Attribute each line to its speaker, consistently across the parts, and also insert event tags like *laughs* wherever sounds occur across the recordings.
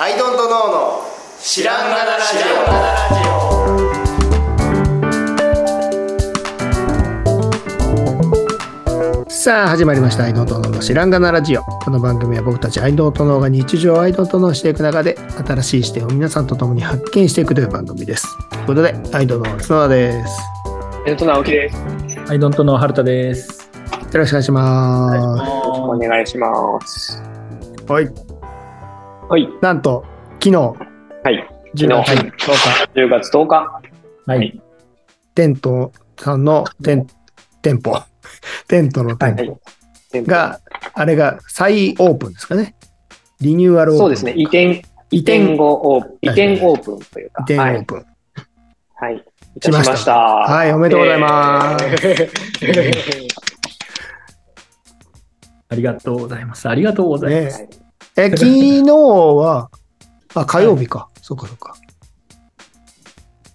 Speaker 1: アイドントノーの知らんがなラジ
Speaker 2: さあ始まりました「アイドントノーの知らんがなラジオ」この番組は僕たちアイドントノーが日常をアイドントノーしていく中で新しい視点を皆さんと共に発見していくという番組ですということでアイドントノーの角田です
Speaker 3: えっと、直樹です。
Speaker 4: アイドントの春田です。
Speaker 2: よろしくお願いしま
Speaker 3: お願いします。
Speaker 2: すはい
Speaker 3: はい。
Speaker 2: なんと昨日
Speaker 3: はい。
Speaker 2: 10月10日
Speaker 3: 10月10日。
Speaker 4: はい。
Speaker 2: テントさんのテン店舗テントの店舗があれが再オープンですかねリニューアルオープン
Speaker 3: そうですね。移転、移転後オープン、移転オープンというか。
Speaker 2: 移転オ
Speaker 3: は
Speaker 2: ー
Speaker 3: い。
Speaker 2: プン
Speaker 3: はい。いたしました。
Speaker 2: しましたはいおめでとうございます
Speaker 4: ありがとうございます。ありがとうございます。
Speaker 2: ねえ、 *laughs* え昨日は、あ、火曜日か。そうか、そうか。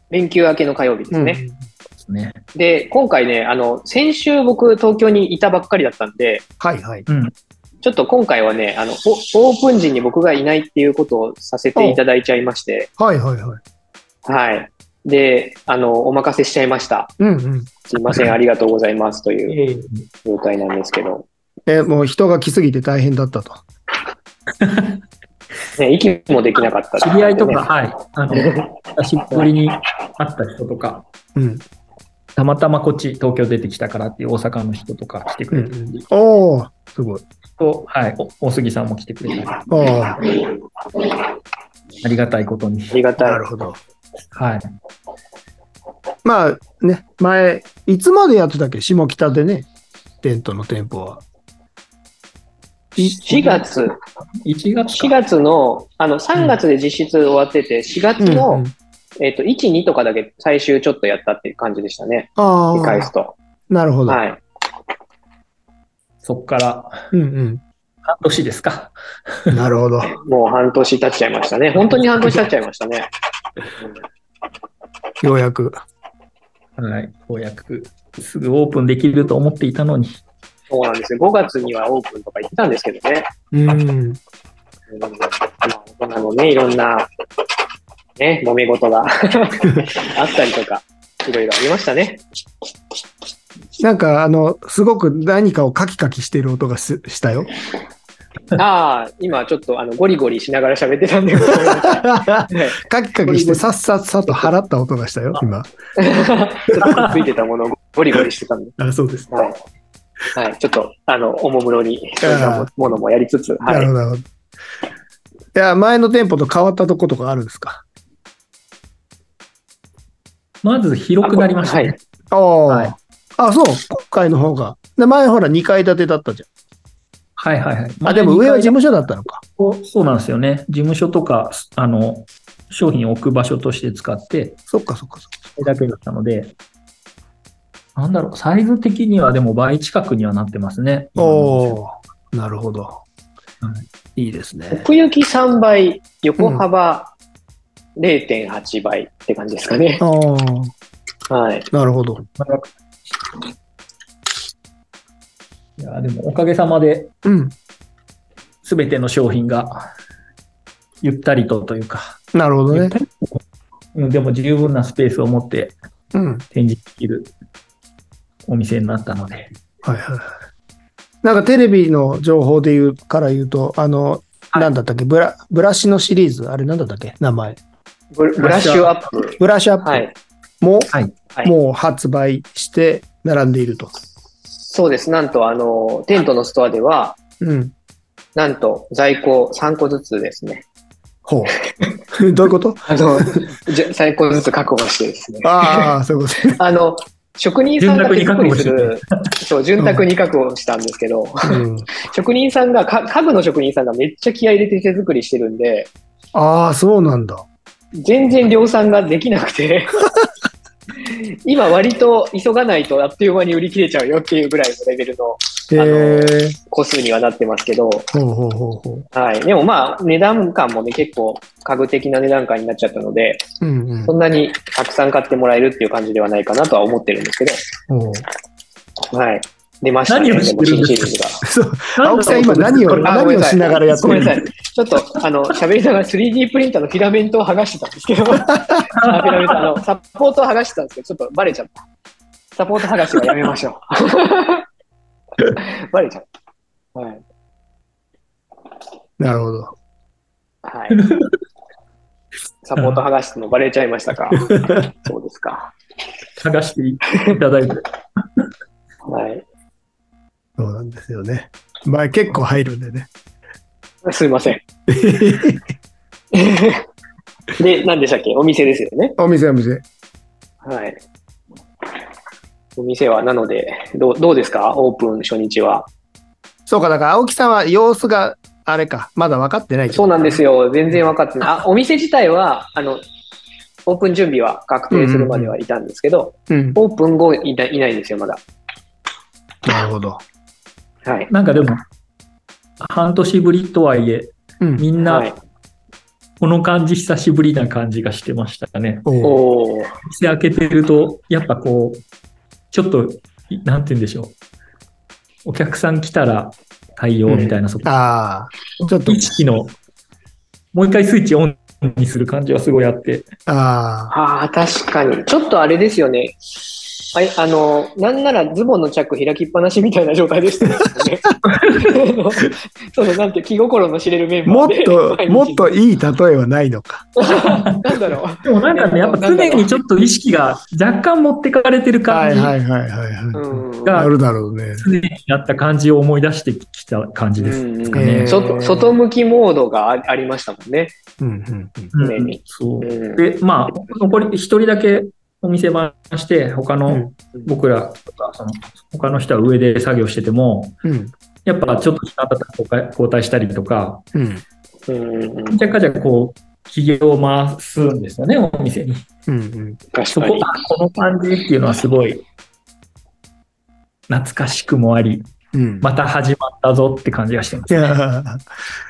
Speaker 3: 連休明けの火曜日ですね。
Speaker 2: うん
Speaker 4: ね。
Speaker 3: で、今回ね、あの、先週僕、東京にいたばっかりだったんで、
Speaker 2: はい、はい。
Speaker 4: うん。
Speaker 3: ちょっと今回はね、あの、おオープン時に僕がいないっていうことをさせていただいちゃいまして、
Speaker 2: はい、はい、はい。
Speaker 3: はい。で、あの、お任せしちゃいました。
Speaker 2: うん、うん。
Speaker 3: すいま
Speaker 2: *laughs*
Speaker 3: せん、ありがとうございますという
Speaker 2: え
Speaker 3: 状態なんですけど。
Speaker 2: え、もう人が来すぎて大変だったと。
Speaker 3: ね、息もできなかった
Speaker 4: 知
Speaker 3: ら
Speaker 4: り合いとか、
Speaker 3: ね
Speaker 4: はい。あの、久しぶりに会った人とか、
Speaker 2: うん。
Speaker 4: たまたまこっち東京出てきたからっていう大阪の人とか来てく
Speaker 2: う
Speaker 4: れ
Speaker 2: ん、
Speaker 4: た
Speaker 2: う
Speaker 4: り
Speaker 2: ん。おー、すごい。
Speaker 4: と、はい。お大杉さんも来てくれたり、あ
Speaker 2: おー、
Speaker 4: りがたいことに。
Speaker 3: ありがたい
Speaker 2: な。るほど。
Speaker 4: はい。
Speaker 2: まあ、ね、前、いつまでやってたっけ下北でね、テントの店舗は。い
Speaker 3: 4月、
Speaker 4: 1月
Speaker 3: 4月の、あの、3月で実質終わってて、4月の、
Speaker 2: うんうん
Speaker 3: えっ、と、1、2とかだけ最終ちょっとやったっていう感じでしたね。
Speaker 2: あ
Speaker 3: 見返
Speaker 2: あ
Speaker 3: す、と。
Speaker 2: なるほど。
Speaker 3: はい。
Speaker 4: そっから
Speaker 2: うん、
Speaker 4: 半年ですか。
Speaker 2: うん。なるほど。
Speaker 3: もう半年経っちゃいましたね。本当に半年経っちゃいましたね。
Speaker 2: ようやく。
Speaker 4: はい。ようやくすぐオープンできると思っていたのに。
Speaker 3: そうなんですよ。5月にはオープンとか言ってたんですけどね。
Speaker 2: うん。
Speaker 3: うんまあ、大人のね、いろんな、ね、揉め
Speaker 2: *laughs*
Speaker 3: 事があったりとか、いろいろありましたね。
Speaker 2: なんか、あの、すごく何かをカキカキしてる音がすしたよ。
Speaker 3: ああ、今ちょっとあのゴリゴリしながら喋ってたんで、
Speaker 2: カ
Speaker 3: ね
Speaker 2: キカキして、さっさっさと払った音がしたよ、今。
Speaker 3: ちょっとくっついてたものをゴリゴリしてたんで、
Speaker 2: あ、そうです。
Speaker 3: はい。はい、ちょっと、あの、おもむろに、そうい
Speaker 2: あ
Speaker 3: う
Speaker 2: ー
Speaker 3: ものもやりつつ、
Speaker 2: な
Speaker 3: はい
Speaker 2: るほ。ど、なるほど。いや、前の店舗と変わったとことかあるんですか
Speaker 4: まず広くなりましたね。
Speaker 2: ああ、
Speaker 4: はい
Speaker 2: あ、そう、今回の方が。で前ほら2階建てだったじ
Speaker 4: はい、はい、はい。
Speaker 2: ゃん。あ、でも上は事務所だったのか。
Speaker 4: そうそうなんですよね。事務所とか、すあの、商品を置く場所として使って、
Speaker 2: そっかそっかそっか。
Speaker 4: それだけだったので、なんだろう、サイズ的にはでも倍近くにはなってますね。
Speaker 2: おおーなるほど。いいですね。
Speaker 3: 奥行き3倍、横幅0.8倍って感じですかね。
Speaker 2: ああ、
Speaker 3: はい。
Speaker 2: なるほど。
Speaker 4: いや、でもおかげさまで、
Speaker 2: うん、
Speaker 4: すべての商品が、ゆったりとというか、
Speaker 2: なるほど
Speaker 4: ゆっ
Speaker 2: ね。
Speaker 4: たりとうんでも十分なスペースを持って
Speaker 2: うん。
Speaker 4: 展示できるお店になったので。
Speaker 2: はいはいはい。なんかテレビの情報で言うから言うと、あの、
Speaker 4: はい
Speaker 2: なんだったっけブラ、ブラシのシリーズ、あれなんだったっけ名前。
Speaker 3: ブブラッシュアップ。
Speaker 2: ブラッシュア
Speaker 3: は
Speaker 2: ッ
Speaker 3: い。
Speaker 2: プも、
Speaker 4: はい。
Speaker 3: はい
Speaker 2: もう発売して並んでいると。
Speaker 3: そうです。なんと、あの、テントのストアでは、
Speaker 2: うん。
Speaker 3: なんと、在庫3個ずつですね。
Speaker 2: ほう。 *laughs* どういうこと
Speaker 3: あの、じゃ3個ずつ確保してですね。
Speaker 2: ああ、そういうこ
Speaker 3: あの、職人さんが手作りする、そう、潤沢に確保したんですけど、
Speaker 2: と。うん、
Speaker 3: 職人さんがか、家具の職人さんがめっちゃ気合い入れて手作りしてるんで、
Speaker 2: ああ、そうなんだ。
Speaker 3: 全然量産ができなくて、 *laughs* 今割と急がないとあっという間に売り切れちゃうよっていうぐらいのレベルの
Speaker 2: へえ。
Speaker 3: 個数にはなってますけど、
Speaker 2: ほうほうほうほ
Speaker 3: はい。でもまあ、値段感もね、結構家具的な値段感になっちゃったので、
Speaker 2: う。うんうん。
Speaker 3: そんなにたくさん買ってもらえるっていう感じではないかなとは思ってるんですけど、
Speaker 2: ほう
Speaker 3: はい。出ましたね。
Speaker 4: 何をしてるん
Speaker 3: も
Speaker 4: ですか
Speaker 3: 新シリーズが
Speaker 2: *laughs* そう。青木さん、今何を、
Speaker 3: これあごめん
Speaker 2: 何を
Speaker 3: なさ
Speaker 2: し
Speaker 3: い
Speaker 2: ながらやって
Speaker 3: ごめ
Speaker 2: る
Speaker 3: んな
Speaker 2: の
Speaker 3: さい。ちょっと、あの、喋りながら 3D プリンターのフィラメントを剥がしてたんですけど、あフィラメント、あの、サポートを剥がしてたんですけど、ちょっとバレちゃった。サポート剥がしはやめましょう。 *laughs* バレちゃった。はい。
Speaker 2: なるほど。
Speaker 3: はい。サポート剥がしてのバレちゃいましたか。そうですか。
Speaker 4: *laughs* 探していただいて。
Speaker 3: はい。
Speaker 2: そうなんですよね。まあ結構入るんでね。
Speaker 3: すいませ
Speaker 2: *laughs*
Speaker 3: ん。で、何でしたっけお店ですよね。
Speaker 2: お店お店。
Speaker 3: はい。お店は、なので、どうどうですかオープン初日は。
Speaker 2: そうか、だから青木さんは様子があれか、まだ分かってない。
Speaker 3: そうなんですすよ。全然分かってない。あ、お店自体は、あの、オープン準備は確定するまではいたんですけど、
Speaker 2: うん。
Speaker 3: オープン後いないいないんですよ、まだ。
Speaker 2: なるほど。
Speaker 3: はい。
Speaker 4: なんかでも、半年ぶりとはいえ、
Speaker 2: うん。
Speaker 4: みん
Speaker 3: は、
Speaker 4: ないこの感じ久しぶりな感じがしてましたね。
Speaker 2: おう
Speaker 3: おー
Speaker 4: 店開けてると、やっぱこう、ちょっと、いなんて言うんでしょう。お客さん来たら対応みたいな、そこ
Speaker 2: ああ、ちょっと
Speaker 4: 意、識の、もう一回スイッチオンにする感じはすごいあって、
Speaker 2: あ
Speaker 3: ああ、確かに。ちょっとあれですよね。あいあの、なんならズボンのチャック開きっぱなしみたいな状態で *laughs* したよね。その、なんて、気心の知れるメン
Speaker 2: あ、
Speaker 3: バ
Speaker 2: も
Speaker 3: ー
Speaker 2: っ
Speaker 3: で。
Speaker 2: と、
Speaker 3: 毎日
Speaker 2: もっ。といい例えはないのか。
Speaker 3: なんだろ
Speaker 4: でもなんかね、やっぱ常にちょっと意識が若干持ってかれてる
Speaker 2: *laughs* は
Speaker 4: 感
Speaker 2: い
Speaker 4: じ
Speaker 2: はいはいはい。
Speaker 3: う。
Speaker 2: は
Speaker 3: うん
Speaker 2: い。
Speaker 4: が
Speaker 2: なるだろうね。
Speaker 4: 常にあった感じを思い出してきた感じです。
Speaker 3: うん
Speaker 4: かね
Speaker 3: うん外外向きモードがあありましたもんね。
Speaker 2: うんうんうん。
Speaker 4: うん
Speaker 3: 常に
Speaker 4: そううんで、まあ、残り一人だけお店番して、他の
Speaker 3: うん
Speaker 4: 僕らとか、その他の人は上で作業してても、
Speaker 2: うん。
Speaker 4: やっぱちょっと時間経ったら交代交代したりとか、
Speaker 2: うん。
Speaker 3: うんうん
Speaker 4: じゃかじゃかこう、企業を回すんですよね、お店に。
Speaker 2: うんうん。
Speaker 3: 確
Speaker 4: そ
Speaker 3: か
Speaker 4: こ
Speaker 3: に。
Speaker 4: あこの感じっていうのはすごい、懐かしくもあり、
Speaker 2: うん。
Speaker 4: また始まったぞって感じがしてます。
Speaker 2: いや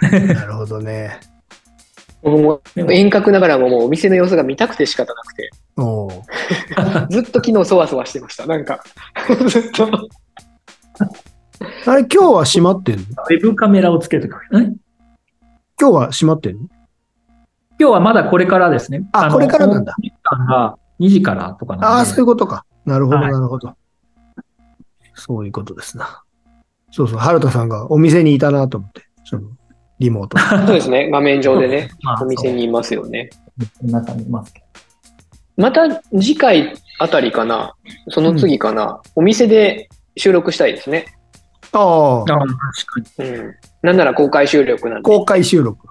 Speaker 2: ーなるほどね。
Speaker 3: 僕も
Speaker 4: でも
Speaker 3: 遠隔ながらももうお店の様子が見たくて仕方なくて、
Speaker 2: おう
Speaker 3: ずっと昨日そわそわしてました。なん
Speaker 4: *laughs*
Speaker 3: か、ずっと。
Speaker 2: あれ、今日は閉まってんの
Speaker 4: ウェブカメラをつけてくれる。
Speaker 2: 今日は閉まってんの
Speaker 4: 今日はまだこれからですね。
Speaker 2: あ
Speaker 4: の
Speaker 2: これからなんだ。
Speaker 4: 時間が2時からとか
Speaker 2: あ
Speaker 4: な
Speaker 2: あ、
Speaker 4: ん
Speaker 2: そう
Speaker 4: で
Speaker 2: いうことか。なるほど、
Speaker 4: はい
Speaker 2: なるほど。そういうことですな。そうそう、春田さんがお店にいたなと思って、その、リモート。
Speaker 3: そうですね、画面上でね、
Speaker 4: まあ
Speaker 3: お店にいますよね。
Speaker 4: そう中にいますけど。
Speaker 3: また次回あたりかな、その次かな、お店で収録したいですね。
Speaker 2: ああ、
Speaker 4: あ確
Speaker 3: うん。なんなら公開収録なんで、
Speaker 2: 公開収録。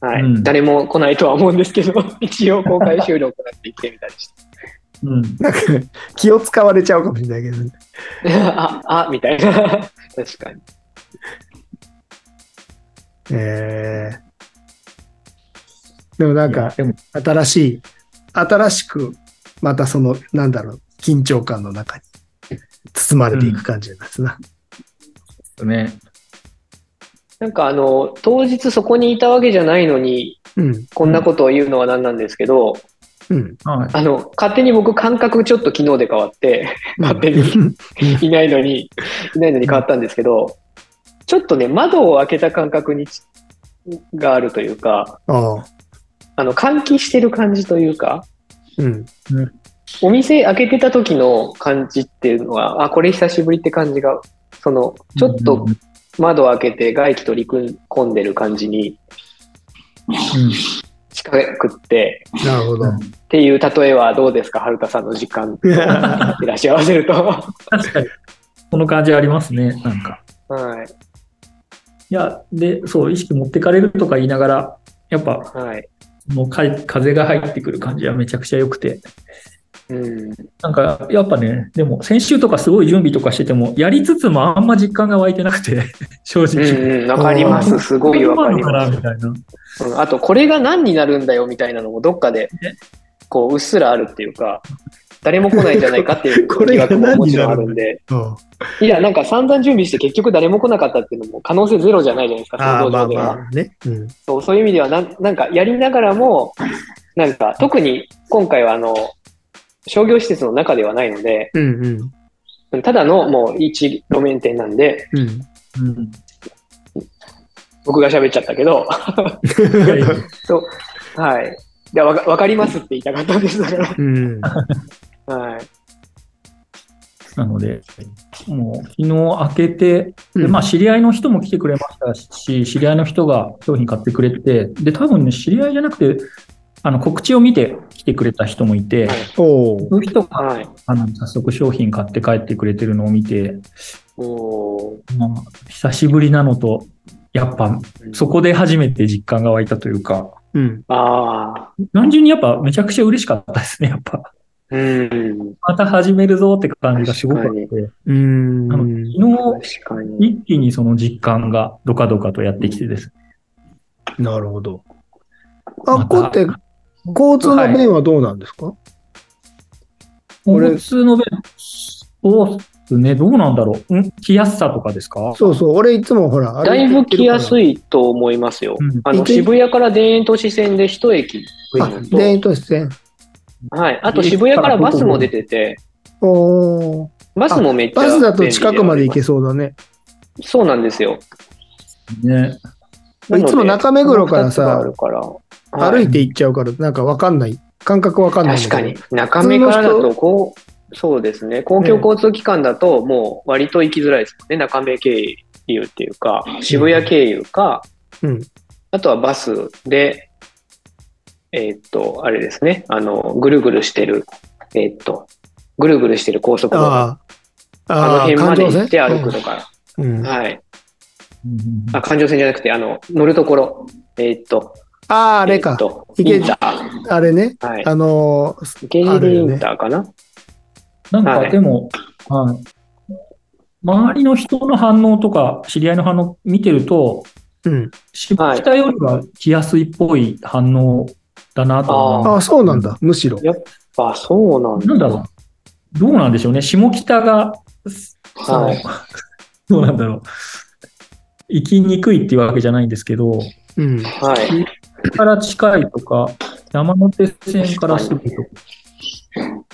Speaker 3: はい
Speaker 4: うん
Speaker 3: 誰も来ないとは思うんですけど、 *laughs* 一応公開収録なんて言ってみたりして。
Speaker 4: かに。うん。
Speaker 2: なんか、気を使われちゃうかもしれないけどね、
Speaker 3: *laughs* あ、あ、みたいな。 *laughs* 確かに。
Speaker 2: ええでもなん
Speaker 4: いや
Speaker 2: か、
Speaker 4: でも、
Speaker 2: 新しい、新しく、またその、なんだろう、緊張感の中に包まれていく感じなんですな。
Speaker 4: ね、
Speaker 3: なんかあの、当日そこにいたわけじゃないのに、
Speaker 2: うん、
Speaker 3: こんなことを言うのは何なんですけど、
Speaker 2: うん。
Speaker 4: はい。
Speaker 3: あの、勝手に僕感覚ちょっと昨日で変わって、 *laughs* 勝手に
Speaker 2: うん
Speaker 3: いないのに、いないのに変わったんですけど、ちょっとね、窓を開けた感覚にちがあるというか、
Speaker 2: *laughs* ああ、
Speaker 3: あの、換気してる感じというか、
Speaker 2: うん。
Speaker 3: お店開けてた時の感じっていうのは、あ、これ久しぶりって感じが、その、ちょっと
Speaker 4: うん
Speaker 3: 窓を開けて外気取り込んでる感じに近くって、
Speaker 2: なるほど。
Speaker 3: っていう例えはどうですか、春田さんの実
Speaker 2: *laughs*
Speaker 3: 感照らし合わせる *laughs* と。は
Speaker 4: 確かに。この感じありますね、なんか。
Speaker 3: い、
Speaker 4: いや、で、そう、意識持ってかれるとか言いながら、やっぱ、
Speaker 3: はい。
Speaker 4: もうかい風が入ってくる感じはめちゃくちゃ良くて。
Speaker 3: うん。
Speaker 4: なんか、やっぱね、でも、先週とかすごい準備とかしてても、やりつつもあんま実感が湧いてなくて、 *laughs*
Speaker 3: う
Speaker 4: 正直。
Speaker 3: んうん、わかります。すごいわかり
Speaker 4: こんな
Speaker 3: ま
Speaker 4: の
Speaker 3: す
Speaker 4: な。みたいな。
Speaker 3: うんあと、これが何になるんだよみたいなのもどっかで
Speaker 4: ね、
Speaker 3: こう、うっすらあるっていうか、誰も来ないんじゃないかって
Speaker 2: *laughs*
Speaker 3: いう
Speaker 2: こ
Speaker 3: 疑
Speaker 2: れが
Speaker 3: 惑ももちろんあ
Speaker 2: 何になる
Speaker 3: るんで、
Speaker 2: うん
Speaker 3: いや、なんか散々準備して結局誰も来なかったっていうのも可能性ゼロじゃないじゃないですか、
Speaker 2: ああ、
Speaker 3: 想像
Speaker 2: まあ
Speaker 3: 上では。
Speaker 2: まあね。うん。
Speaker 3: そうそういう意味ではなん、なんかやりながらも、なんか特に今回はあの、商業施設の中ではないので、
Speaker 2: うんうん。
Speaker 3: ただのもう一路面店なんで、
Speaker 2: うん。
Speaker 4: うん。
Speaker 3: 僕が喋っちゃったけど、
Speaker 4: いやいや
Speaker 3: そう、はい。でわかわかりますって言いたかったんですだか
Speaker 2: うん。
Speaker 3: ら。はい。
Speaker 4: なので、もう昨日開けて、
Speaker 2: う
Speaker 4: で
Speaker 2: ん
Speaker 4: まあ、知り合いの人も来てくれましたし、知り合いの人が商品買ってくれて、で多分ね、知り合いじゃなくて、あの告知を見て来てくれた人もいて、
Speaker 3: はい
Speaker 2: おー
Speaker 4: そういう人が
Speaker 3: はい。
Speaker 4: あの早速商品買って帰ってくれてるのを見て、
Speaker 3: おー
Speaker 4: まあ、久しぶりなのと、やっぱそこで初めて実感が湧いたというか、
Speaker 2: うん。
Speaker 3: ああ。
Speaker 4: 単純にやっぱめちゃくちゃ嬉しかったですね、やっぱ。
Speaker 3: うん。
Speaker 4: また始めるぞって感じがすごくあって、
Speaker 2: うん。
Speaker 4: あの昨日
Speaker 3: 確かに。
Speaker 4: 一気にその実感がドカドカとやってきてですね
Speaker 2: なるほど。あっこって、交通の便はどうなんですか、これ
Speaker 4: 普通の弁そうですね、どうなんだろう。ん着やすさとかですか
Speaker 2: そうそう。俺いつもほら、
Speaker 3: だいぶ来やす
Speaker 2: い。
Speaker 3: いと思いますよ。
Speaker 4: うん
Speaker 3: あの
Speaker 2: 池
Speaker 3: 渋谷から田園都市線で一駅降り
Speaker 2: あ
Speaker 3: るの、と
Speaker 2: 電都市線。
Speaker 3: はい、あと渋谷からバスも出てて、
Speaker 2: おー
Speaker 3: バスもめっちゃ
Speaker 2: バスだと近くまで行けそうだね。
Speaker 3: そうなんですよ。
Speaker 4: ね。
Speaker 2: いつも中目黒からさ
Speaker 3: この二つがあるから
Speaker 2: 歩いて行っちゃうから、なんかわかんない。感覚わかん
Speaker 3: は
Speaker 2: ないいん
Speaker 3: 確
Speaker 2: だ
Speaker 3: か
Speaker 2: け
Speaker 3: に
Speaker 2: ど。。
Speaker 3: 中目からだと、こう、そうですね。公共交通機関だと、もう割と行きづらいですもんね。中目経由っていうか、渋谷経由か、
Speaker 2: うん
Speaker 3: あとはバスで、えーっと、あれですね。あの、ぐるぐるしてる、えーっと、ぐるぐるしてる高速道路。
Speaker 2: ああ。
Speaker 3: あの辺まで行って
Speaker 2: 環
Speaker 3: 歩
Speaker 2: 状
Speaker 3: く
Speaker 2: 線
Speaker 3: とか、
Speaker 2: うんうんあ
Speaker 3: はい。
Speaker 4: うん
Speaker 3: あ、環状線じゃなくて、あの、乗るところ。えーっと、
Speaker 2: あ、あれ
Speaker 3: えー
Speaker 2: か
Speaker 3: っ。と
Speaker 2: 池
Speaker 3: インター。
Speaker 2: あれね。
Speaker 3: はい。
Speaker 2: あのー、
Speaker 3: 池尻インターかな。
Speaker 4: なん
Speaker 3: は
Speaker 4: か
Speaker 3: い
Speaker 4: でも、はい周りの人の反応とか、知り合いの反応見てると、
Speaker 2: うん。
Speaker 4: し
Speaker 3: はい
Speaker 4: 北よりは着やすいっぽい反応だなと思
Speaker 2: ああ、そうなんだ。むしろ。
Speaker 3: あ、そうなん
Speaker 4: う。なんだろう。どうなんでしょうね。下北が、その
Speaker 3: はい
Speaker 4: *laughs* どうなんだろう。行きにくいっていうわけじゃないんですけど、
Speaker 2: うん。
Speaker 3: はい。
Speaker 4: から近いとか、山手線からすると、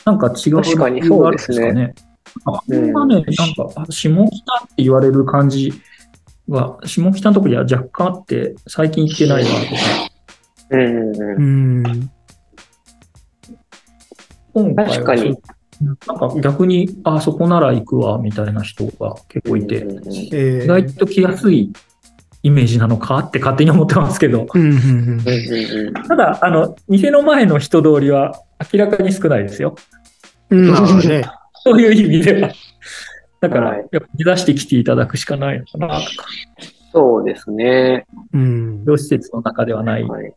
Speaker 4: なんか違う
Speaker 3: 確かに
Speaker 4: 理由があるんね。あ
Speaker 3: うですね
Speaker 4: んまね、なんか、あ下北って言われる感じは、下北のとこには若干あって、最近行ってないなとか。
Speaker 3: うんうんう。
Speaker 2: うんん。
Speaker 4: 今回は
Speaker 3: 確かに
Speaker 4: そう。なんか逆に、あ、そこなら行くわ、みたいな人が結構いて、
Speaker 3: うんうんうん
Speaker 2: えー
Speaker 4: 意外と来やすいイメージなのかって勝手に思ってますけど。
Speaker 2: うんうんうん。
Speaker 3: うん
Speaker 4: ただ、あの、店の前の人通りは明らかに少ないですよ。
Speaker 3: *laughs*
Speaker 2: うん、まあね。
Speaker 4: そういう意味では。だから、
Speaker 3: はい
Speaker 4: やっぱ目指して来ていただくしかないのかなとか、
Speaker 3: そうですね。
Speaker 2: うん。
Speaker 4: 両施設の中ではない
Speaker 3: はい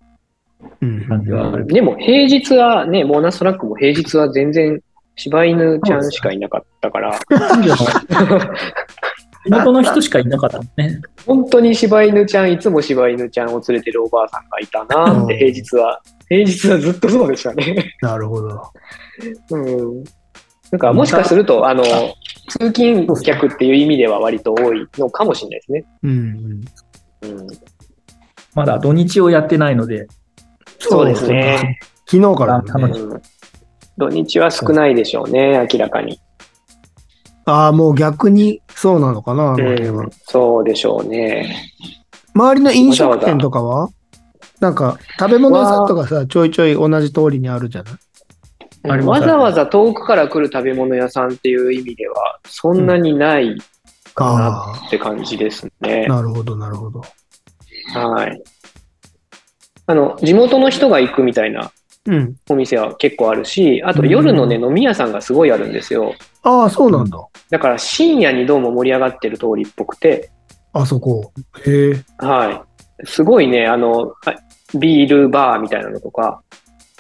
Speaker 2: うん
Speaker 4: 感じはあるけ
Speaker 3: でも平日はね、ボーナストラックも平日は全然柴犬ちゃんしかいなかったから、
Speaker 4: *laughs* ど、地元の人しかいなかったもんね。
Speaker 3: 本当に柴犬ちゃん、いつも柴犬ちゃんを連れてるおばあさんがいたなって、
Speaker 2: うん
Speaker 3: 平日は。平日はずっとそうでしたね。 *laughs*
Speaker 2: なるほど。
Speaker 3: うん。なんかもしかすると、あの、通勤客っていう意味では割と多いのかもしれないですね。
Speaker 2: うん。
Speaker 3: うん。
Speaker 4: まだ土日をやってないので、
Speaker 3: そうですね。
Speaker 2: 昨日からだ
Speaker 4: あ
Speaker 2: ね、
Speaker 4: 楽し
Speaker 3: うん土日は少ないでしょうね、明らかに。
Speaker 2: ああ、もう逆にそうなのかな、あの辺
Speaker 3: う
Speaker 2: は
Speaker 3: ん、そうでしょうね。
Speaker 2: 周りの飲食店とかはなんか、食べ物屋さんとかさ、ちょいちょい同じ通りにあるじゃない
Speaker 4: ありま
Speaker 3: わ
Speaker 4: すね
Speaker 3: ざわざ遠くから来る食べ物屋さんっていう意味では、そんなにないか
Speaker 2: あ
Speaker 3: なって感じですね
Speaker 2: あ、。なるほど、なるほど。
Speaker 3: はい。あの、地元の人が行くみたいな
Speaker 2: うん。
Speaker 3: お店は結構あるし、あと夜のね、飲み屋さんがすごいあるんですよ。
Speaker 2: ああ、そうなんだ。
Speaker 3: だから深夜にどうも盛り上がってる通りっぽくて、
Speaker 2: あそこ。へえ。
Speaker 3: はい。すごいね、あの、あビールバーみたいなのとか、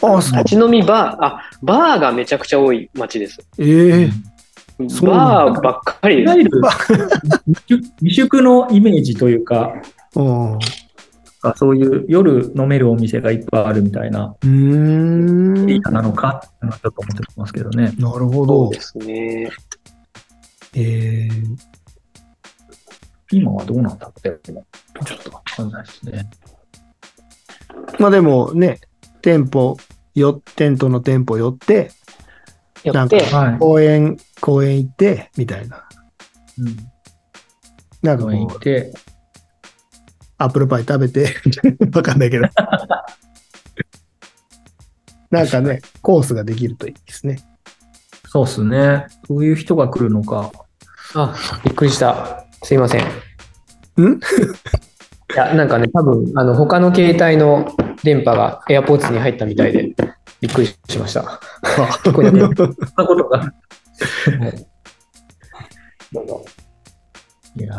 Speaker 2: ああ、そう。
Speaker 3: 立ち飲みバー、あ、バーがめちゃくちゃ多い街です。
Speaker 2: ええ。そうな
Speaker 3: バ
Speaker 4: んだ
Speaker 3: ーばっかり
Speaker 4: い
Speaker 3: で
Speaker 4: わ
Speaker 3: す。
Speaker 4: ゆる未熟のイメージというか、
Speaker 2: うん。う
Speaker 4: そういう夜飲めるお店がいっぱいあるみたいな、
Speaker 2: ーん。
Speaker 4: いい
Speaker 2: な
Speaker 4: かなのかっていうのはちょっと思ってますけどね。
Speaker 2: るほ
Speaker 3: そう
Speaker 2: ど
Speaker 3: で。すね。
Speaker 2: ええ。
Speaker 4: 今はどうなんだって、ちょっとわかんないですね。
Speaker 2: まあでもね、店舗、よ、テントの店舗寄って、
Speaker 3: やって、
Speaker 4: は
Speaker 2: 公園、公園行って、みたいな。
Speaker 4: い。うん。
Speaker 2: なんか
Speaker 4: 公園
Speaker 2: こ
Speaker 4: 行っ
Speaker 2: う、
Speaker 4: て、
Speaker 2: アップルパイ食べて、 *laughs* わかんない
Speaker 4: *laughs*
Speaker 2: けど。なんかね、コースができるといいですね。
Speaker 4: そうっすね。どういう人が来るのか。
Speaker 3: あ、びっくりした。すいません。
Speaker 2: ん
Speaker 3: いや、なんかね、多分、あの、他の携帯の電波が AirPods に入ったみたいで、びっくりしました。聞こえなく
Speaker 4: そんなことが。
Speaker 3: なった
Speaker 4: いや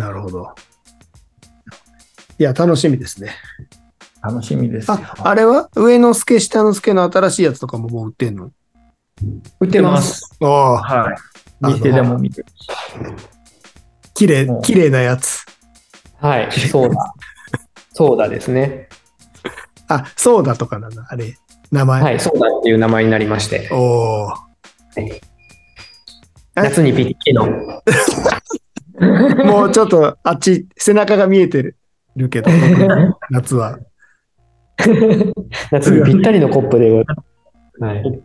Speaker 2: *laughs* なるほど。いや、楽しみですね。
Speaker 4: 楽しみですよ。
Speaker 2: あ、あれは上の助、下の助の新しいやつとかももう売ってんの
Speaker 3: 売ってます。
Speaker 4: す。
Speaker 2: ああ、
Speaker 4: はい。
Speaker 2: あの
Speaker 4: 店でも見てるし。
Speaker 2: 綺麗
Speaker 4: もう、
Speaker 2: 綺麗なやつ。
Speaker 3: はい、そうだ。そうだですね。
Speaker 2: あ、そうだとかなんだ、あれ。名前。
Speaker 3: はい、そうだっていう名前になりまして、
Speaker 2: おお。
Speaker 3: 夏にぴったりの。
Speaker 2: もうちょっと、あっち、背中が見えてるけど、夏は。
Speaker 3: 夏にぴったりのコップでございます。はい。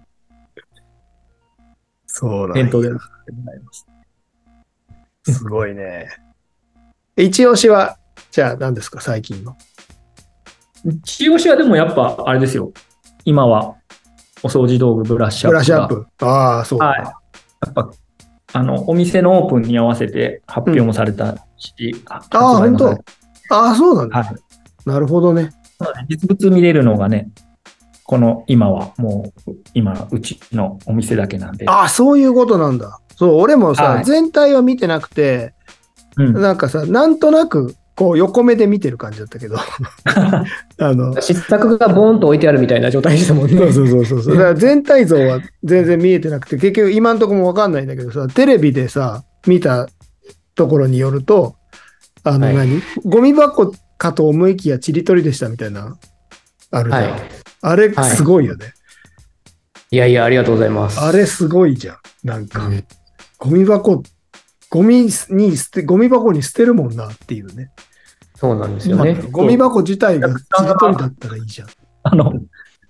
Speaker 2: そうだ、
Speaker 4: 店
Speaker 2: ね。
Speaker 4: 頭でも
Speaker 2: すごいね。一押しは、じゃあ何ですか、最近の。
Speaker 4: 一押しはでもやっぱ、あれですよ。今は、お掃除道具ブラッシュ
Speaker 2: ブ
Speaker 4: アップ。
Speaker 2: ラッシュアッ。プ。ああ、そうか。
Speaker 4: はい。やっぱ、あの、お店のオープンに合わせて発表もされたし、あ
Speaker 2: ああ、本当。
Speaker 4: はい
Speaker 2: ああ、そうなんだ、。なるほどね。
Speaker 4: なので実物見れるのがね、この今は、もう、今、うちのお店だけなんで。
Speaker 2: ああ、そういうことなんだ。そう、俺もさ、
Speaker 4: はい
Speaker 2: 全体は見てなくて、
Speaker 4: うん
Speaker 2: なんかさ、なんとなく、こう、横目で見てる感じだったけ
Speaker 4: *laughs*
Speaker 2: ど。あの、
Speaker 3: 失策がボーンと置いてあるみたいな状態でしたもんね。
Speaker 2: そうそうそうそうそう。だから全体像は全然見えてなくて、結局今んとこもわかんないんだけどさ、テレビでさ、見たところによると、あの
Speaker 3: はい
Speaker 2: 何、ゴミ箱かと思いきやちりとりでしたみたいな、あるじゃ
Speaker 3: は
Speaker 2: ん。
Speaker 3: い。
Speaker 2: あれ
Speaker 3: はい
Speaker 2: すごいよね。
Speaker 3: いやいや、ありがとうございます。
Speaker 2: あれすごいじゃん。なんか、
Speaker 3: うん
Speaker 2: ゴミ箱、ゴミに捨て、ゴミ箱に捨てるもんなっていうね。
Speaker 3: そうなんですよね。
Speaker 2: ゴミ箱自体がちりとりだったらいいじゃん。
Speaker 4: あの、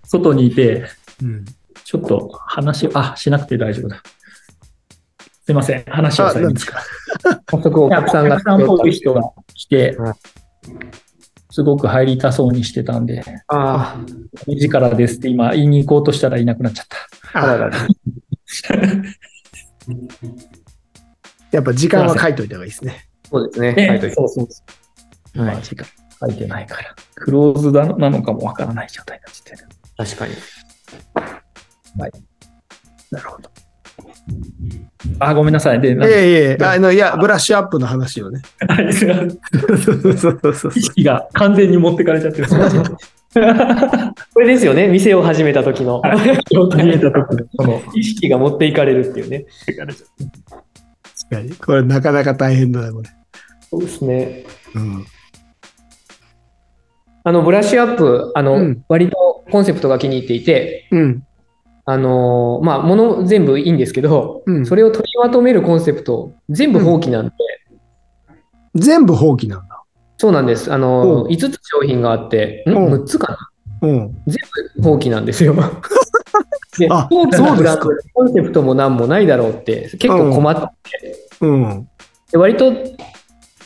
Speaker 4: 外にいて、
Speaker 2: うん。
Speaker 4: ちょっと話を、あ、しなくて大丈夫だ。すいません、話を
Speaker 2: あ、
Speaker 4: さ
Speaker 2: な
Speaker 4: れ
Speaker 2: ん
Speaker 4: て
Speaker 2: ですか。
Speaker 3: 早速お
Speaker 4: お客
Speaker 3: 客
Speaker 4: さ
Speaker 3: さ
Speaker 4: ん
Speaker 3: ん
Speaker 4: が
Speaker 3: が。
Speaker 4: そういう人が来て
Speaker 3: はい、
Speaker 4: すごく入りたそうにしてたんで、
Speaker 3: ああ、
Speaker 4: 2時からですって今言いに行こうとしたらいなくなっちゃった。
Speaker 3: あらら
Speaker 2: あ
Speaker 3: ら。
Speaker 2: やっぱ時間は書いといた方がいいですね。
Speaker 3: そうですね。
Speaker 4: ね
Speaker 3: はいという
Speaker 4: そうそうそう。
Speaker 3: はい
Speaker 4: まあ時間書いてないから。クローズだなのかもわからない状態になっちゃってる。
Speaker 3: 確かに。
Speaker 4: なるほど。あ、ごめんなさい。で、なん
Speaker 2: い
Speaker 4: か
Speaker 2: やいやいや、あの、いや、ブラッシュアップの話をね。
Speaker 4: はいすいません
Speaker 2: そうそうそうそう
Speaker 4: 意識が完全に持ってかれちゃってる。
Speaker 3: これですよね。店を始めた時の。
Speaker 4: 見えた時のこの
Speaker 3: 意識が持っていかれるっていうね。
Speaker 2: 確かに。これなかなか大変だな、これ。
Speaker 3: そうですね。
Speaker 2: うん。
Speaker 3: あの、ブラッシュアップ、あの、
Speaker 2: うん
Speaker 3: 割とコンセプトが気に入っていて、
Speaker 2: うん。
Speaker 3: あのーまあ、もの全部いいんですけど、
Speaker 2: うん
Speaker 3: それを取りまとめるコンセプト、全部放棄なんで、
Speaker 2: 全部放棄なんだ。
Speaker 3: そうなんです。あ
Speaker 2: う
Speaker 3: の
Speaker 2: ん
Speaker 3: ー、5つ商品があって、ん
Speaker 2: うん
Speaker 3: ?6 つかな
Speaker 2: うん。
Speaker 3: 放棄なん
Speaker 2: *laughs*
Speaker 3: ですよ。で
Speaker 2: あ
Speaker 3: 大きなブランド
Speaker 2: そう
Speaker 3: コンセプトも何もないだろうって、結構困って、
Speaker 2: うん。
Speaker 3: で割と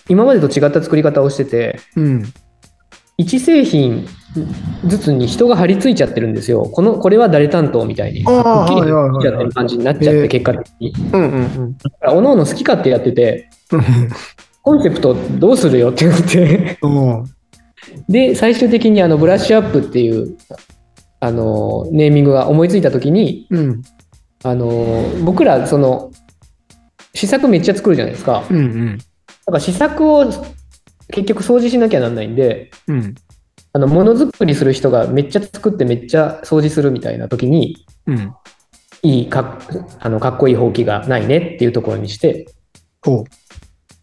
Speaker 3: 今までと違った作り方をしてて、
Speaker 2: うん。
Speaker 3: 1製品ずつに人が張り付いちゃってるんですよ。このこれは誰担当みたいに、
Speaker 2: あー
Speaker 3: はっきり
Speaker 2: はいはいは
Speaker 3: 張
Speaker 2: い
Speaker 3: り付いちゃってる感じになっちゃっ
Speaker 2: へー
Speaker 3: て、結果的に。
Speaker 2: うん。うん。
Speaker 3: だから、おのおの好き勝手やってて、コンセプトどうするよって言って、
Speaker 2: うん。
Speaker 3: で、最終的にあのブラッシュアップっていう、あのネーミングが思いついたときに、
Speaker 2: うん。
Speaker 3: あの僕ら、その、試作めっちゃ作るじゃないですか。だか
Speaker 2: うん。
Speaker 3: ら試作を結局掃除しなきゃなんないんで、
Speaker 2: うん。
Speaker 3: あの、ものづくりする人がめっちゃ作ってめっちゃ掃除するみたいな時に、
Speaker 2: うん。
Speaker 3: いいかっ、あの、かっこいいほうきがないねっていうところにして、
Speaker 2: こ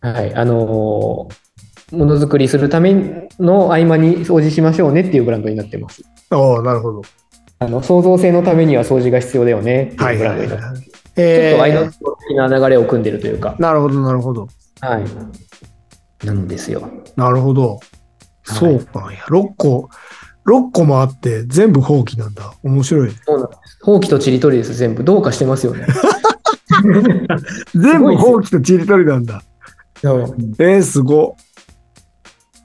Speaker 3: はい、あのーものづくりするための合間に掃除しましょうねっていうブランドになってます。
Speaker 2: う。ああ、なるほど。
Speaker 3: あの、創造性のためには掃除が必要だよねっていうブランドになってます。
Speaker 2: い。
Speaker 3: ちょっと合い
Speaker 2: え
Speaker 3: の手的な流れを組んでるというか。
Speaker 2: ー、なるほど、なるほど。
Speaker 3: はい。なんですよ。
Speaker 2: なるほど。そうか。6個、 6個もあって、全部放棄なんだ。面白い。
Speaker 3: そうなんです。放棄とちりとりです、全部。どうかしてますよね。
Speaker 2: 全
Speaker 3: ご
Speaker 2: 部
Speaker 3: いですよ
Speaker 2: 放棄とちりとりなんだ。
Speaker 3: そう
Speaker 2: えー、すごっ。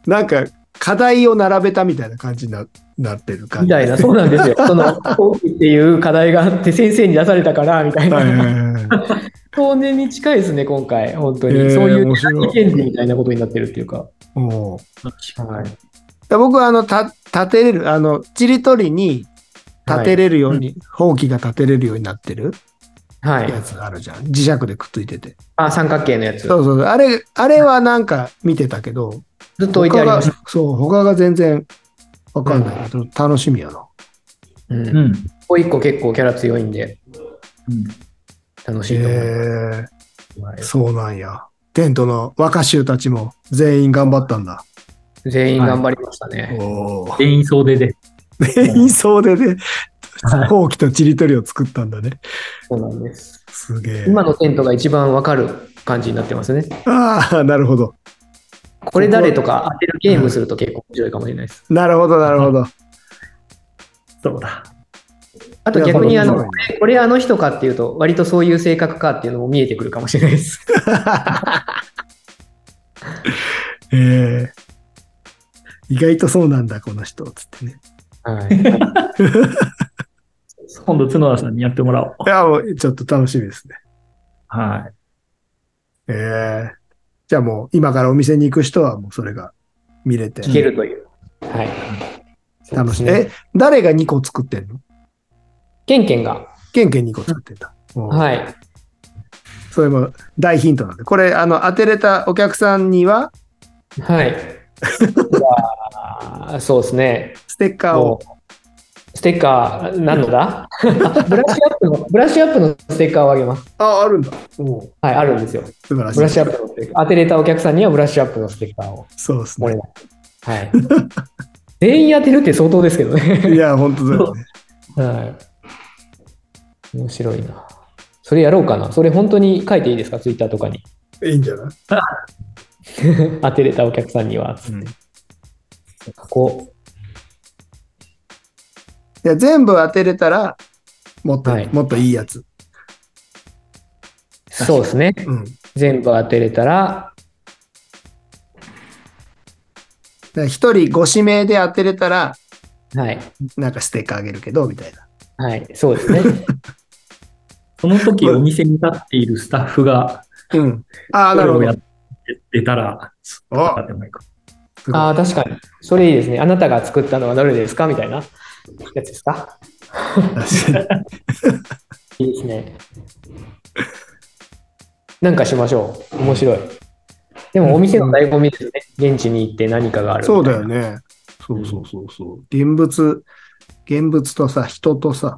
Speaker 2: なんか、課題を並べたみたいな感じにななってる感
Speaker 3: み
Speaker 2: じ。
Speaker 3: たいな、そうなん *laughs* ですよ。その、放棄っていう課題があって、先生に出されたから、みたい
Speaker 2: はいは
Speaker 3: な。
Speaker 2: いはいはい。
Speaker 3: 当年に近いですね、今回。本当に。
Speaker 2: えー
Speaker 3: そういう、
Speaker 2: 面白い
Speaker 3: チェンジみたいなことになってるっていうか。
Speaker 2: おう
Speaker 3: はい。
Speaker 2: だ僕はあのた立てれるあのちりとりに立てれるように、ほうきが立てれるようになってる
Speaker 3: はい。
Speaker 2: やつがあるじゃん磁石でくっついてて
Speaker 3: あ、三角形のやつ。
Speaker 2: そうそうそうあれあれはなんか見てたけど
Speaker 3: ずっと置いてあ
Speaker 2: 他
Speaker 3: りま
Speaker 2: が
Speaker 3: した。
Speaker 2: そう他が全然わかんないけど、楽しみやな
Speaker 3: う。
Speaker 4: うんん。
Speaker 3: ここ一個結構キャラ強いんで、
Speaker 4: うん
Speaker 3: 楽しいと思い
Speaker 2: へえ
Speaker 3: ます。
Speaker 2: そうなんやテントの若衆たちも全員頑張ったんだ
Speaker 3: 全員頑張りましたね。
Speaker 2: おお
Speaker 4: 全員総出で。
Speaker 2: 全員総出で
Speaker 4: はい
Speaker 2: ほうきとちりとりを作ったんだね
Speaker 3: そうなんです。
Speaker 2: すげえ
Speaker 3: 今のテントが一番わかる感じになってますね。
Speaker 2: ああなるほど
Speaker 3: これ誰とか当てるゲームすると結構面白いかもしれないです。
Speaker 2: なるほどなるほど
Speaker 4: そうだ。
Speaker 3: あと逆
Speaker 2: い
Speaker 3: にあ
Speaker 2: やそう
Speaker 3: の
Speaker 2: だ、
Speaker 3: これあの人かっていうと、割とそういう性格かっていうのも見えてくるかもしれないです。
Speaker 2: えー意外とそうなんだ、この人、つってね。
Speaker 3: はい。
Speaker 4: 今度、角田さんにやってもらおう。
Speaker 2: いや、もうちょっと楽しみですね。
Speaker 4: はい。
Speaker 2: えーじゃあもう、今からお店に行く人は、もうそれが見れて。
Speaker 3: 聞けるという。はい。
Speaker 2: 楽し
Speaker 3: そう
Speaker 2: み。
Speaker 3: ですね
Speaker 2: え、誰が2個作ってんの
Speaker 3: ケンケンが。
Speaker 2: ケンケン2個作ってんだ。おう
Speaker 3: はい。
Speaker 2: それも大ヒントなんで。これ、あの、当てれたお客さんには、
Speaker 3: はい。じゃあ、そうですね。
Speaker 2: ステッカーを。
Speaker 3: ステッカー、何のだブラッシュアップの、ブラッシュアップのステッカーをあげます。
Speaker 2: あ、あるんだ。おう
Speaker 3: はい、あるんですよ。
Speaker 2: 素晴らし
Speaker 3: ブラッ
Speaker 2: い。
Speaker 3: シュアップのステッカー。当てれたお客さんにはブラッシュアップのステッカーを
Speaker 2: そうです
Speaker 3: もら
Speaker 2: ね
Speaker 3: え。ます。はい。全員当てるって相当ですけどね。
Speaker 2: いや、本当だよね。
Speaker 3: はい。面白いな。それやろうかな。それ本当に書いていいですかツイッターとかに。
Speaker 2: いいんじゃない
Speaker 3: *laughs* 当てれたお客さんには。
Speaker 2: うん
Speaker 3: こ
Speaker 2: いや全部当てれたら、もっと、
Speaker 3: はい
Speaker 2: もっといいやつ。
Speaker 3: う。そうですね。
Speaker 2: うん。
Speaker 3: 全部当てれたら、
Speaker 2: だから一人ご指名で当てれたら、
Speaker 3: はい。
Speaker 2: なんかステッカーあげるけど、みたいな。
Speaker 3: はい。そう
Speaker 2: *laughs*
Speaker 3: ですね。
Speaker 4: その時、お店に立っているスタッフが、
Speaker 2: うん。ああ、なるほ
Speaker 4: を
Speaker 2: ど
Speaker 4: やっ。てたら、
Speaker 2: お
Speaker 4: でもいいか
Speaker 3: ああ、確かに。それいいですね。あなたが作ったのはどれですかみたいなやつですかいいですね。なんかしましょう。面白い。でもお店の醍醐味ですね。現地に行って何かがある。
Speaker 2: そうだよ。ね。そうそうそうそう。現物、現物とさ、人とさ。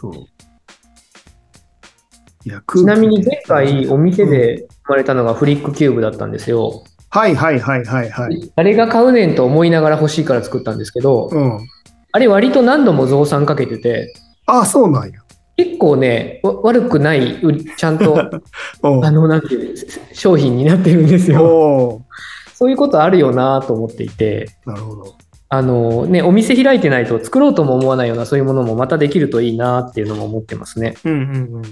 Speaker 2: そう。いや、空気
Speaker 3: ちなみに前回お店で生まれたのがフリックキューブだったんですよ。
Speaker 2: はいはいはいはいはい。
Speaker 3: 誰が買うねんと思いながら欲しいから作ったんですけど、
Speaker 2: うん。
Speaker 3: あれ割と何度も増産かけてて、
Speaker 2: あ、そうなんや。
Speaker 3: 結構ね、わ悪くない、うちゃんと、
Speaker 2: お
Speaker 3: あの、なんていう、商品になってるんですよ。
Speaker 2: お
Speaker 3: そういうことあるよなと思っていて、
Speaker 2: ーなるほど。
Speaker 3: あのね、お店開いてないと作ろうとも思わないようなそういうものもまたできるといいなっていうのも思ってますね。
Speaker 2: うんうんうんうんうん。い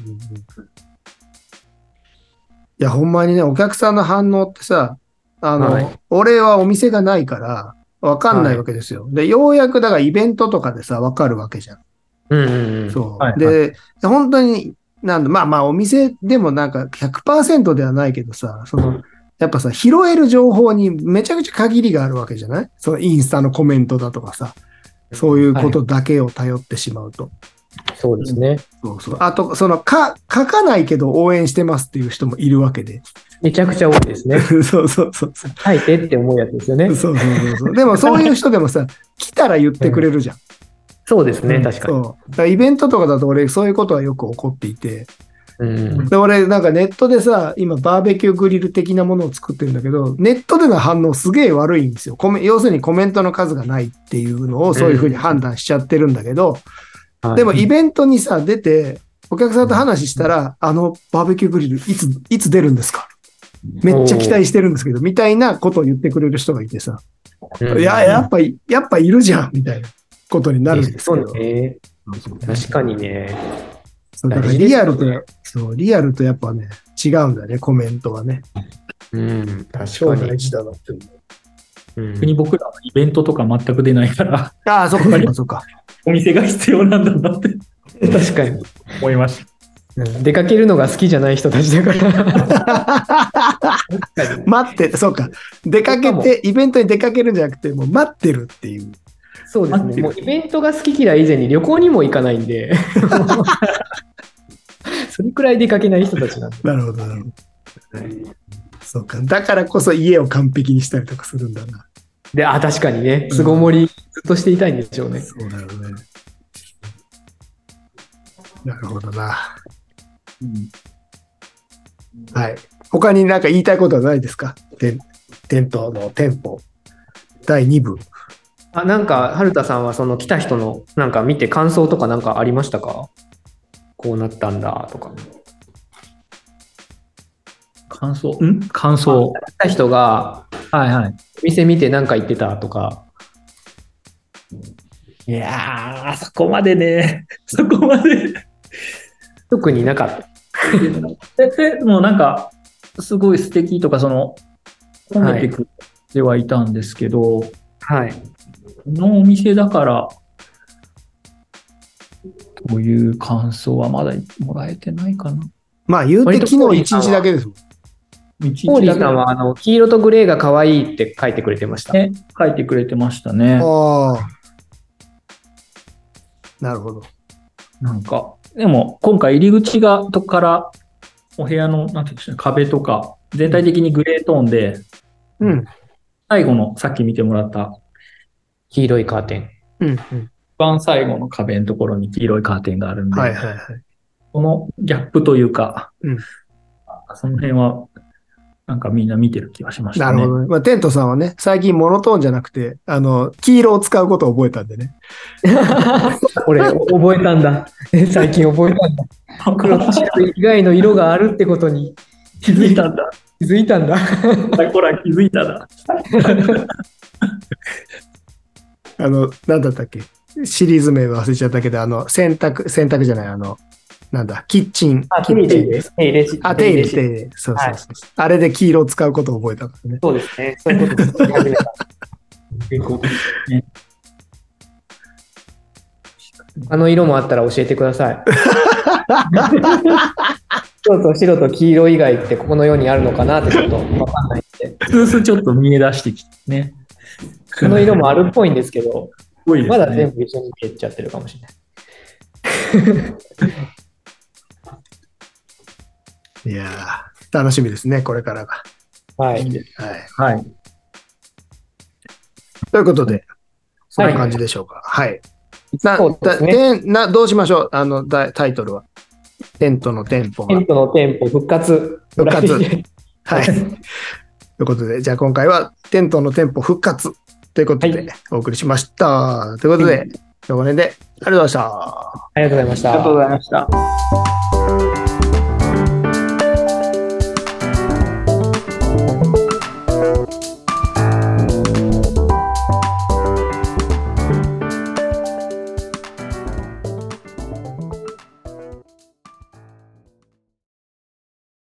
Speaker 2: や、ほんまにね、お客さんの反応ってさ、あの、
Speaker 3: はい
Speaker 2: 俺はお店がないから、わかんないわけですよ。で、ようやくだからイベントとかでさ、わかるわけじゃん。
Speaker 3: うんうんうん。
Speaker 2: そう。
Speaker 4: はい
Speaker 2: で、本当に、なんだ、まあまあ、お店でもなんか100%ではないけどさ、その、やっぱさ、拾える情報にめちゃくちゃ限りがあるわけじゃないそのインスタのコメントだとかさ、そういうことだけを頼ってしまうと。
Speaker 3: そうですね。
Speaker 2: そうそう。あと、その、か、書かないけど応援してますっていう人もいるわけで。 *laughs*
Speaker 3: めちゃくちゃ多いですね。
Speaker 2: そうそうそうそう。そう
Speaker 3: 書いてって思うやつですよね
Speaker 2: そう。そうそう。でも、そういう人でもさ、来たら言ってくれるじゃん。
Speaker 3: そうです
Speaker 4: う
Speaker 3: ね、
Speaker 4: ん
Speaker 3: 確かに。
Speaker 2: そう。だからイベントとかだと俺、そういうことはよく起こっていて。
Speaker 3: うんうん
Speaker 2: で、俺、なんかネットでさ、今、バーベキューグリル的なものを作ってるんだけど、ネットでの反応すげえ悪いんですよ。コメ要するにコメントの数がないっていうのをそういうふうに判断しちゃってるんだけど、
Speaker 3: はい
Speaker 2: でもイベントにさ、出て、お客さんと話したら、あのバーベキューグリル、いつ、いつ出るんですかめっちゃ期待してるんですけど、みたいなことを言ってくれる人がいてさ、
Speaker 3: うん
Speaker 2: いや、やっぱ、やっぱいるじゃんみたいなことになるんです
Speaker 3: そ
Speaker 2: け
Speaker 3: う
Speaker 2: ど。
Speaker 3: ね。確かにね。
Speaker 2: そうだからリアルと、そう、リアルとやっぱね、違うんだね、コメントはね。
Speaker 3: うん、確
Speaker 2: 超
Speaker 3: か
Speaker 2: 大
Speaker 3: に。
Speaker 2: 事だなって思う。
Speaker 3: うん
Speaker 4: 逆に僕らはイベントとか全く出ないから、
Speaker 2: ああ、そっかそっかそっか。
Speaker 4: お店が必要なんだなって
Speaker 3: 確かに。
Speaker 4: 思いました。
Speaker 3: 出かけるのが好きじゃない人たちだか
Speaker 2: *laughs*
Speaker 3: ら。
Speaker 2: 待って、そうか。出かけて、イベントに出かけるんじゃなくて、もう待ってるっていう。
Speaker 3: そうですね。もうイベントが好き嫌い以前に旅行にも行かないん
Speaker 2: *laughs*
Speaker 3: で。それくらい出かけない人たちなんで。
Speaker 2: なるほど、なるほど。そうか。だからこそ家を完璧にしたりとかするんだな。
Speaker 3: で、あ、確かにね。
Speaker 2: うん
Speaker 3: 巣ごもりずっとしていたいんでしょうね。
Speaker 2: そうだよね。なるほどな。はい。他になんか言いたいことはないですか店店頭の店舗。第2部。
Speaker 3: あ、なんか、春田さんはその来た人のなんか見て感想とかなんかありましたかこうなったんだとか。
Speaker 4: 感想。ん感想。
Speaker 3: 来た人が
Speaker 4: はいはい。
Speaker 3: お店見てなんか言ってたとか。
Speaker 4: いやー、そこまでね、そこまで。
Speaker 3: 特になかった。
Speaker 4: で、でもうなんか、すごい素敵とか、その、褒めてくれてはいたんですけど、
Speaker 3: はい。
Speaker 4: このお店だから、という感想はまだもらえてないかな。
Speaker 2: まあ言うて
Speaker 3: 割と
Speaker 2: 昨日1日だけですもん。
Speaker 4: 一
Speaker 3: ポー
Speaker 4: 日
Speaker 3: リ
Speaker 4: だ
Speaker 3: ー
Speaker 4: け
Speaker 3: さんはあの黄色とグレーが可愛いって書いてくれてました。
Speaker 4: ね、書いてくれてましたね。
Speaker 2: ああ。なるほど。
Speaker 4: なんか、でも今回入り口がとこからお部屋のなんていうんでしょうね壁とか、全体的にグレートーンで、
Speaker 2: うん。
Speaker 4: 最後のさっき見てもらった、
Speaker 3: 黄色いカーテン。
Speaker 2: うん、うん。
Speaker 4: 一番最後の壁のところに黄色いカーテンがあるんで、
Speaker 2: はいはいはい。
Speaker 4: このギャップというか、
Speaker 2: うん
Speaker 4: その辺は、なんかみんな見てる気がしました
Speaker 2: なる
Speaker 4: ね。
Speaker 2: ほどね。まあ、テントさんはね、最近モノトーンじゃなくて、あの、黄色を使うことを覚えたんでね。
Speaker 3: *laughs* 俺、覚えたんだ。 *laughs* 最近覚えたんだ。黒と白以外の色があるってことに
Speaker 4: 気づいた
Speaker 3: *laughs*
Speaker 4: んだ。
Speaker 3: 気づいたんだ。
Speaker 4: ほら、気づいただ。
Speaker 2: あの、なんだったっけシリーズ名忘れちゃったけど、あの、洗濯、洗濯じゃない、あの、なんだ、キッチン。キッチン。
Speaker 3: す。手入れし
Speaker 2: あ、手入れ、手入れ。そうそうそう。あれで黄色を使うことを覚えたからね。
Speaker 3: そうですね。そういうことです。
Speaker 4: 結構
Speaker 3: あの色もあったら教えてください。 *laughs* 黒と白と黄色以外ってここの世にあるのかなってちょっとわかんないんで。
Speaker 4: 数数ちょっと見え出してきてね。
Speaker 3: この色もあるっぽいんですけど、
Speaker 4: 多いですね
Speaker 3: まだ全部一緒に見えちゃってるかもしれない。
Speaker 2: いやー、楽しみですね、これからが。
Speaker 3: はい。
Speaker 2: はい。
Speaker 4: はい。
Speaker 2: ということで、そんな感じでしょうか。はい。な、
Speaker 3: そうで
Speaker 2: だ
Speaker 3: すね。
Speaker 2: てんなどうしましょうあの、だタイトルは。テントの店舗
Speaker 3: テ
Speaker 2: が
Speaker 3: ン。トの店舗復活。。
Speaker 2: 復活
Speaker 3: *laughs*
Speaker 2: はい。ということで、じゃあ今回はテントの店舗復活ということでお送りしました。ということで、今日はこの辺でありがとうございました。
Speaker 3: ありがとうございました。
Speaker 4: ありがとうございました。